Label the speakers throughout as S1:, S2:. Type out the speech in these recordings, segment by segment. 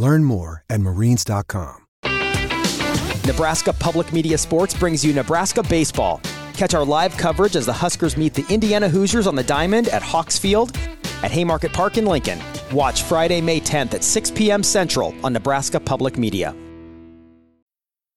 S1: Learn more at marines.com.
S2: Nebraska Public Media Sports brings you Nebraska Baseball. Catch our live coverage as the Huskers meet the Indiana Hoosiers on the Diamond at Hawks Field at Haymarket Park in Lincoln. Watch Friday, May 10th at 6 p.m. Central on Nebraska Public Media.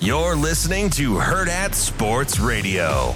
S3: You're listening to Herd at Sports Radio.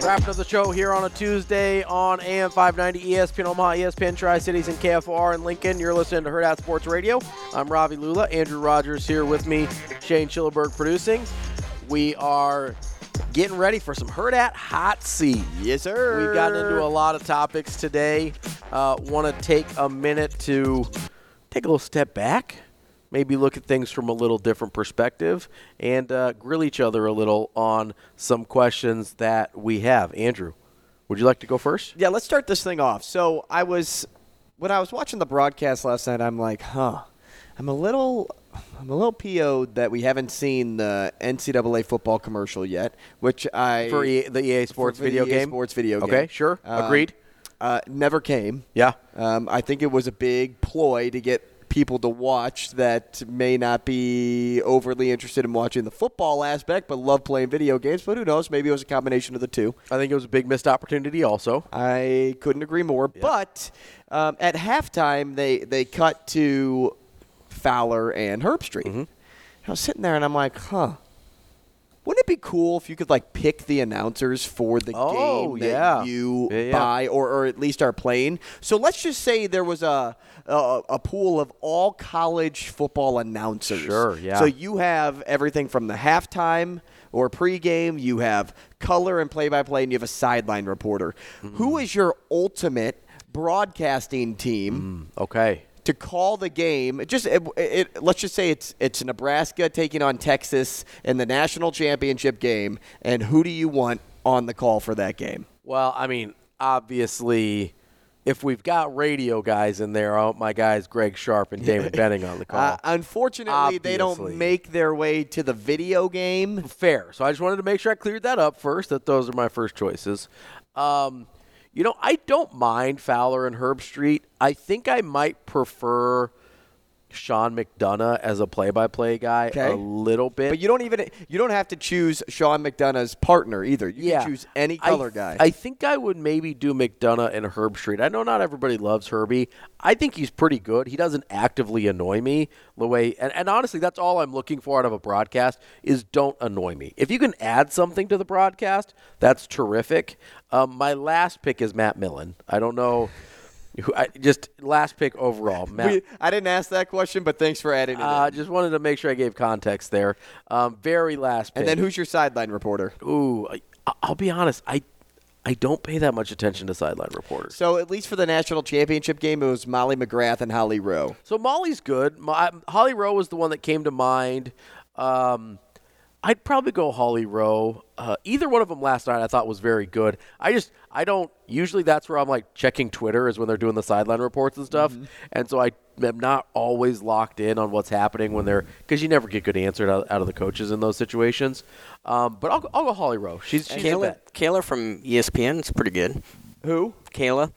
S4: Wrapping up the show here on a Tuesday on AM 590 ESPN Omaha, E ESPN Tri Cities, and KFR in Lincoln. You're listening to Herd Out Sports Radio. I'm Ravi Lula. Andrew Rogers here with me. Shane Schillerberg producing. We are getting ready for some Herd At Hot Seat.
S5: Yes, sir.
S4: We've gotten into a lot of topics today. Uh, Want to take a minute to take a little step back, maybe look at things from a little different perspective, and uh, grill each other a little on some questions that we have. Andrew, would you like to go first?
S5: Yeah, let's start this thing off. So I was when I was watching the broadcast last night, I'm like, huh, I'm a little. I'm a little PO'd that we haven't seen the NCAA football commercial yet, which I
S4: For E- the EA Sports
S5: for the
S4: video
S5: EA
S4: game?
S5: Sports video game. Um,
S4: Okay, sure. Agreed.
S5: Uh, never came.
S4: Yeah.
S5: Um, I think it was a big ploy to get people to watch that may not be overly interested in watching the football aspect, but love playing video games. But who knows? Maybe it was a combination of the two.
S4: I think it was a big missed opportunity, also.
S5: I couldn't agree more. But um, at halftime, they they cut to Fowler and Herbstreit.
S4: Mm-hmm.
S5: I was sitting there and I'm like, huh. Wouldn't it be cool if you could like pick the announcers for the
S4: Oh,
S5: game that
S4: yeah.
S5: you
S4: Yeah, yeah.
S5: buy or, or at least are playing? So let's just say there was a a, a pool of all college football announcers.
S4: Sure, yeah.
S5: So you have everything from the halftime or pregame, you have color and play by play, and you have a sideline reporter. Who
S4: Mm.
S5: is your ultimate broadcasting team
S4: Okay.
S5: to call the game? Just it, it, let's just say it's it's Nebraska taking on Texas in the national championship game, and who do you want on the call for that game?
S4: Well, I mean, obviously, if we've got radio guys in there, I want my guys Greg Sharp and David Benning on the call.
S5: Uh, unfortunately, they
S4: Obviously.
S5: don't make their way to the video game.
S4: fair. So I just wanted to make sure I cleared that up first. That those are my first choices. Um, you know, I don't mind Fowler and Herb Street. I think I might prefer Sean McDonough as a play-by-play guy
S5: Okay.
S4: a little bit.
S5: But you don't even you don't have to choose Sean McDonough's partner either. You
S4: yeah,
S5: can choose any
S4: I
S5: color
S4: th-
S5: guy.
S4: I think I would maybe do McDonough and Herb Street. I know not everybody loves Herbie. I think he's pretty good. He doesn't actively annoy me the way, and, and honestly, that's all I'm looking for out of a broadcast is don't annoy me. If you can add something to the broadcast, that's terrific. Um, my last pick is Matt Millen. I don't know. Who, I, just last pick overall, Matt.
S5: We- I didn't ask that question, but thanks for adding it.
S4: uh,
S5: in.
S4: just wanted to make sure I gave context there. Um, very last pick.
S5: And then who's your sideline reporter?
S4: Ooh, I, I'll be honest. I I don't pay that much attention to sideline reporters. So,
S5: So at least for the national championship game, it was Molly McGrath and Holly Rowe.
S4: Molly's good. Mo- I- Holly Rowe was the one that came to mind. Um, I'd probably go Holly Rowe. Uh, either one of them last night I thought was very good. I just I don't usually that's where I'm like checking Twitter is when they're doing the sideline reports and stuff, and so I am not always locked in on what's happening when they're because you never get good answers out, out of the coaches in those situations. Um, but I'll, go- I'll go Holly Rowe. She's she's a
S6: Kayla,
S4: bet.
S6: Kayla from E ESPN is pretty good.
S5: Who?
S6: Kayla.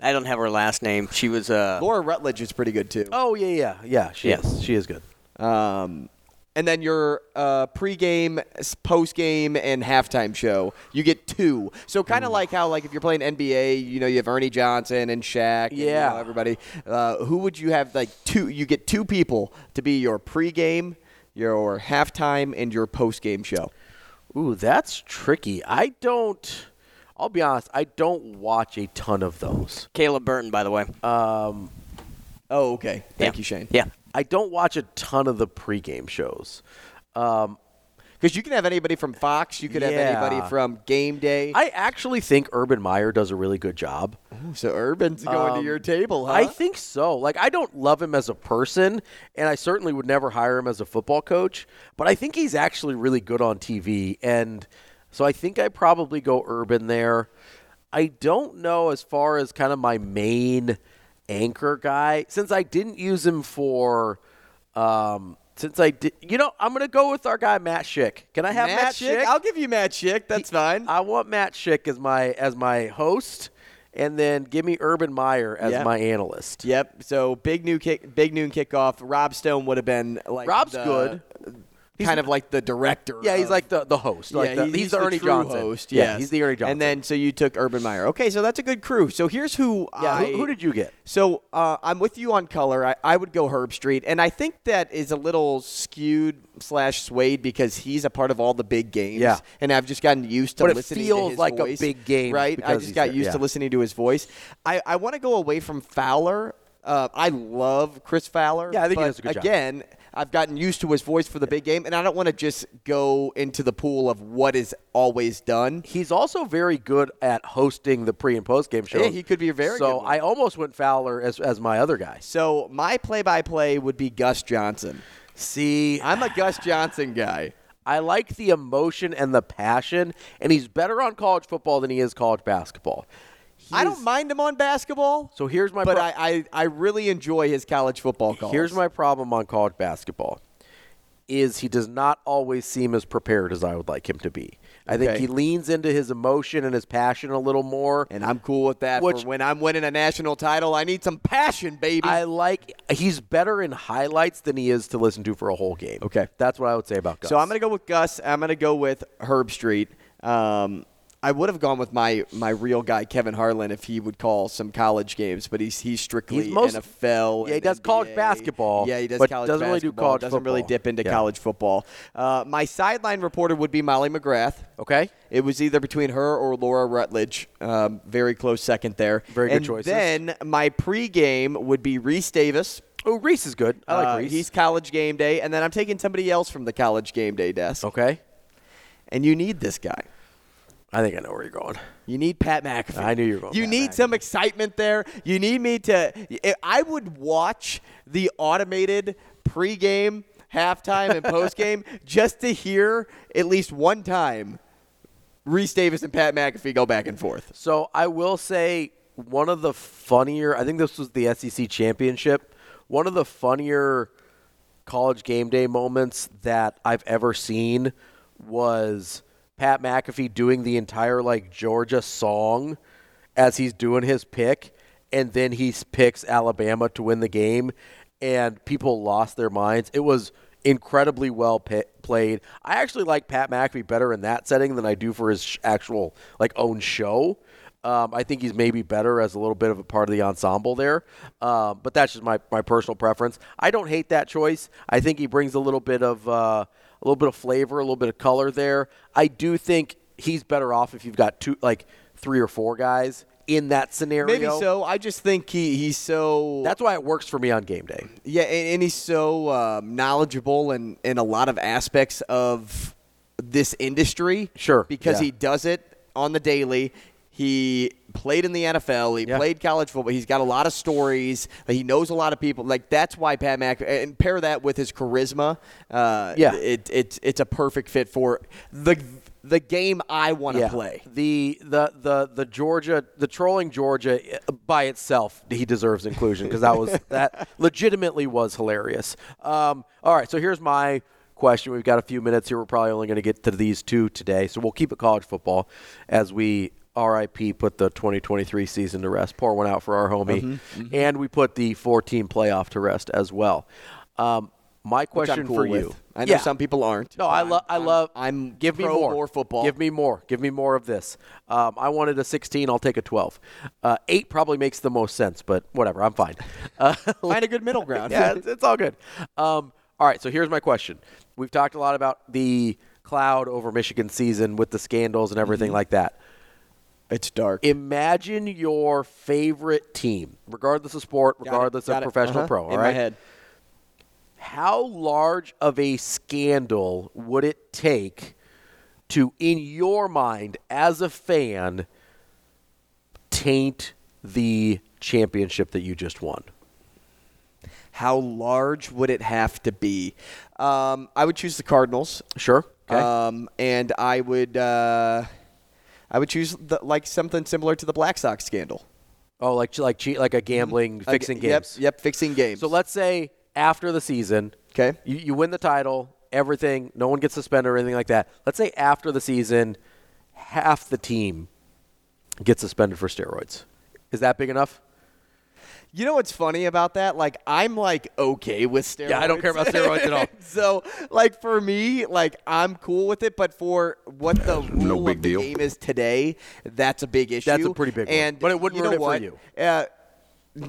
S6: I don't have her last name. She was uh
S5: Laura Rutledge is pretty good too.
S4: Oh yeah yeah yeah she
S6: Yeah.
S4: is she is good.
S5: Um, and then your uh, pregame, s- postgame, and halftime show. You get two. So kind of like how like if you're playing NBA, you know you have Ernie Johnson and Shaq. and, you
S4: Yeah.
S5: know, everybody. Uh, who would you have like two? You get two people to be your pregame, your halftime, and your postgame show.
S4: Ooh, that's tricky. I don't. I'll be honest. I don't watch a ton of those.
S6: Caleb Burton, by the way. Uh,
S5: Oh, okay. Thank
S6: Yeah.
S5: you, Shane.
S6: Yeah.
S4: I don't watch a ton of the pregame shows. Um,
S5: Because you can have anybody from Fox. You could have
S4: Yeah.
S5: anybody from Game Day.
S4: I actually think Urban Meyer does a really good job.
S5: so Urban's going to your table, huh?
S4: I think so. Like, I don't love him as a person, and I certainly would never hire him as a football coach, but I think he's actually really good on TV. And so I think I probably go urban there. I don't know as far as kind of my main anchor guy, since I didn't use him for. Um, since I did, you know, I'm going to go with our guy, Matt Schick. Can I have Matt, Schick?
S5: I'll give you Matt Schick. That's fine.
S4: I want Matt Schick as my as my host, and then give me Urban Meyer as
S5: Yeah.
S4: my analyst.
S5: Yep. So big new kick, big noon kickoff. Rob Stone would have been like
S4: Rob's
S5: the-
S4: good.
S5: kind of like the director.
S4: Yeah, he's
S5: of-
S4: like the, the host. Like
S5: yeah,
S4: the,
S5: he-
S4: he's, the Ernie
S5: true
S4: Johnson.
S5: Host,
S4: Yeah,
S5: yes.
S4: he's the Ernie Johnson.
S5: And then so you took Urban Meyer. Okay, so that's a good crew. So here's who.
S4: yeah,
S5: I,
S4: who, who did you get?
S5: So uh, I'm with you on color. I, I would go Herb Street, and I think that is a little skewed slash swayed because he's a part of all the big games.
S4: Yeah.
S5: and I've just gotten used to
S4: But it
S5: listening. to
S4: feels
S5: his
S4: like a
S5: voice,
S4: big game
S5: right? I
S4: because
S5: just
S4: he's
S5: got
S4: there,
S5: used to
S4: yeah.
S5: listening to his voice. I, I want to go away from Fowler. Uh, I love Chris Fowler.
S4: Yeah, I think he
S5: but
S4: does a good job.
S5: Again, I've gotten used to his voice for the big game, and I don't want to just go into the pool of what is always done.
S4: He's also very good at hosting the pre and post game show.
S5: Yeah, he could be a very
S4: So
S5: good one.
S4: I almost went Fowler as as my other guy.
S5: So my play-by-play would be Gus Johnson.
S4: See,
S5: I'm a Gus Johnson guy.
S4: I like the emotion and the passion, and he's better on college football than he is college basketball.
S5: I
S4: He's-
S5: don't mind him on basketball.
S4: So here's my
S5: but
S4: pro-
S5: I, I I really enjoy his college football calls.
S4: Here's my problem on college basketball is he does not always seem as prepared as I would like him to be. I think
S5: Okay.
S4: he leans into his emotion and his passion a little more.
S5: and I'm cool with that.
S4: Which-
S5: for when I'm winning a national title, I need some passion, baby.
S4: I like he's better in highlights than he is to listen to for a whole game.
S5: Okay.
S4: That's what I would say about Gus.
S5: so I'm gonna go with Gus. I'm gonna go with Herb Street. Um, I would have gone with my my real guy Kevin Harlan if he would call some college games, but he's he's strictly
S4: He's most-
S5: NFL.
S4: Yeah, he
S5: and
S4: does college
S5: NBA.
S4: basketball,
S5: Yeah, he does
S4: but
S5: college
S4: doesn't really do
S5: basketball,
S4: college
S5: Doesn't really
S4: football.
S5: dip into
S4: Yeah.
S5: college football. Uh, my sideline reporter would be Molly McGrath.
S4: Okay.
S5: It was either between her or Laura Rutledge. Um, very close second there.
S4: Very good
S5: and
S4: choices.
S5: Then my pregame would be Reese Davis.
S4: Oh, Reese is good. I like
S5: Uh,
S4: Reese.
S5: He's college game day, and then I'm taking somebody else from the college game day desk.
S4: okay.
S5: And you need this guy.
S4: I think I know where you're going.
S5: You need Pat McAfee.
S4: I knew you were going
S5: You
S4: Pat
S5: need
S4: McAfee.
S5: some excitement there. You need me to. I would watch the automated pregame, halftime, and postgame just to hear at least one time Reese Davis and Pat McAfee go back and forth.
S4: So I will say one of the funnier. I think this was the SEC championship. One of the funnier college game day moments that I've ever seen was Pat McAfee doing the entire like Georgia song as he's doing his pick, and then he s- picks Alabama to win the game, and people lost their minds. It was incredibly well pi played. I actually like Pat McAfee better in that setting than I do for his sh- actual like own show. Um, I think he's maybe better as a little bit of a part of the ensemble there, um, but that's just my, my personal preference. I don't hate that choice. I think he brings a little bit of uh, a little bit of flavor, a little bit of color there. I do think he's better off if you've got two, like three or four guys in that scenario.
S5: Maybe so. I just think he, he's so.
S4: That's why it works for me on game day.
S5: Yeah, and, and he's so um, knowledgeable in, in a lot of aspects of this industry.
S4: Sure,
S5: Because
S4: yeah.
S5: he does it on the daily. He played in the NFL. He
S4: Yeah.
S5: played college football. He's got a lot of stories. He knows a lot of people. Like that's why Pat Mac and pair that with his charisma. Uh,
S4: Yeah.
S5: it, it's it's a perfect fit for the the game I want to play.
S4: The the the the Georgia the trolling Georgia uh, by itself he deserves inclusion because that was that legitimately was hilarious. Um, all right, so here's my question. We've got a few minutes here. We're probably only going to get to these two today, so we'll keep it college football as we. RIP put the 2023 season to rest. Pour one
S5: Mm-hmm,
S4: out for our homie. And we put the four team playoff to rest as well. Um, My
S5: which
S4: question
S5: I'm cool
S4: for
S5: with.
S4: you.
S5: I know
S4: Yeah.
S5: some people aren't.
S4: No, I
S5: I'm-
S4: love. I
S5: I'm-
S4: love.
S5: I'm
S4: give me
S5: pro
S4: more.
S5: more football.
S4: Give me more. Give me more of this. Um, I wanted a 16. I'll take a 12. Uh, Eight probably makes the most sense, but whatever. I'm fine. Uh,
S5: Find a good middle ground.
S4: yeah, it's, it's all good. Um, all right. So here's my question. We've talked a lot about the cloud over Michigan season with the scandals and
S5: Mm-hmm.
S4: everything like that.
S5: it's dark.
S4: Imagine your favorite team, regardless of sport,
S5: Got it,
S4: regardless of
S5: got it.
S4: professional
S5: Uh-huh.
S4: pro. all
S5: In
S4: right?
S5: my head.
S4: how large of a scandal would it take to, in your mind, as a fan, taint the championship that you just won?
S5: How large would it have to be? Um, I would choose the Cardinals.
S4: Sure. Okay.
S5: Um, and I would, uh, I would choose the, like something similar to the Black Sox scandal.
S4: oh, like like cheat, like a gambling
S5: mm-hmm. Like,
S4: fixing
S5: yep,
S4: games.
S5: Yep, fixing games.
S4: So let's say after the season,
S5: 'Kay.
S4: you, you win the title, everything, no one gets suspended or anything like that. Let's say after the season, half the team gets suspended for steroids. Is that big enough?
S5: You know what's funny about that? Like I'm like okay with steroids.
S4: Yeah, I don't care about steroids at all.
S5: so like for me, like I'm cool with it, but for what the
S7: no
S5: rule
S7: big
S5: of the
S7: deal.
S5: game is today, that's a big issue.
S4: That's a pretty big one.
S5: and
S4: But it wouldn't
S5: you know
S4: ruin it for
S5: what?
S4: you.
S5: Uh,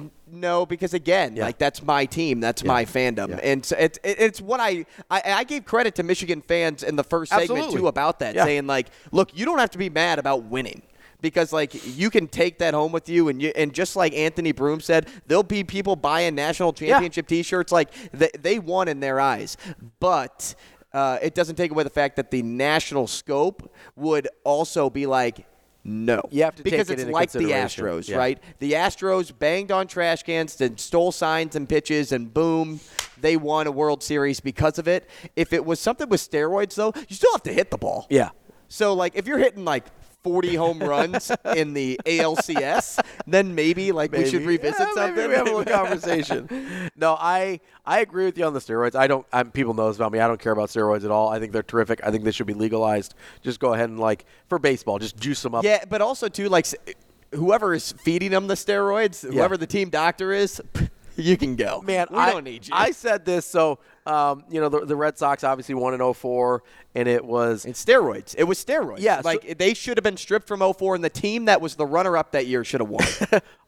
S5: n- no, because again,
S4: Yeah.
S5: like that's my team, that's my fandom, and so it's it, it's what I, I I gave credit to Michigan fans in the first segment
S4: Absolutely.
S5: too about that,
S4: Yeah.
S5: saying like, look, you don't have to be mad about winning because like you can take that home with you, and you and just like Anthony Broom said, there'll be people buying national championship T-shirts like they, they won in their eyes, but. Uh, it doesn't take away the fact that the national scope would also be like, no,
S4: You have to take
S5: because
S4: it
S5: it's
S4: into
S5: like the
S4: consideration.
S5: Astros,
S4: Yeah.
S5: right? The Astros banged on trash cans and stole signs and pitches, and boom, they won a World Series because of it. If it was something with steroids, though, you still have to hit the ball.
S4: Yeah.
S5: So, like, if you're hitting like 40 home runs in the ALCS, then maybe like we should revisit
S4: Yeah,
S5: something.
S4: maybe we have a little conversation. no, I I agree with you on the steroids. I don't. I'm, people know this about me. I don't care about steroids at all. I think they're terrific. I think they should be legalized. Just go ahead and like for baseball, just juice them up.
S5: yeah, but also too, like, s- whoever is feeding them the steroids, whoever the team doctor is. You can go,
S4: man,
S5: We
S4: I
S5: don't need you.
S4: I said this so. Um, you know the, the Red Sox obviously won in 04, and it was
S5: And steroids. It was steroids.
S4: Yeah, so-
S5: Like they should have been stripped from 04 and the team that was the runner up that year should have won.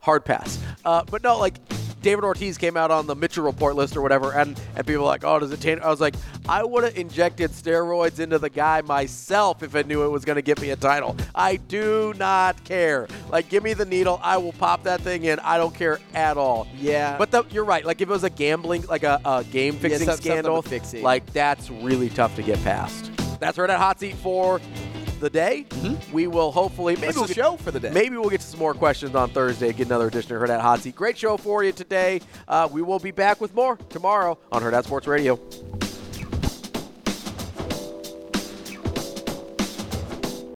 S4: hard pass. Uh, but no, like David Ortiz came out on the Mitchell report list or whatever, and and people were like, oh, does it taint? I was like, I would have injected steroids into the guy myself if I knew it was going to get me a title. I do not care. Like, give me the needle. I will pop that thing in. I don't care at all.
S5: Yeah.
S4: But the, you're right. Like, if it was a gambling, like a, a game fixing
S5: some- something
S4: scandal,
S5: with fixing.
S4: like that's really tough to get past. That's right at hot seat for the day.
S5: Mm-hmm.
S4: We will hopefully maybe
S5: That's
S4: we'll
S5: the
S4: get-
S5: show for the day.
S4: Maybe we'll get to some more questions on Thursday. Get another edition of Herd at Hot Seat. Great show for you today. Uh, we will be back with more tomorrow on Herd at Sports Radio.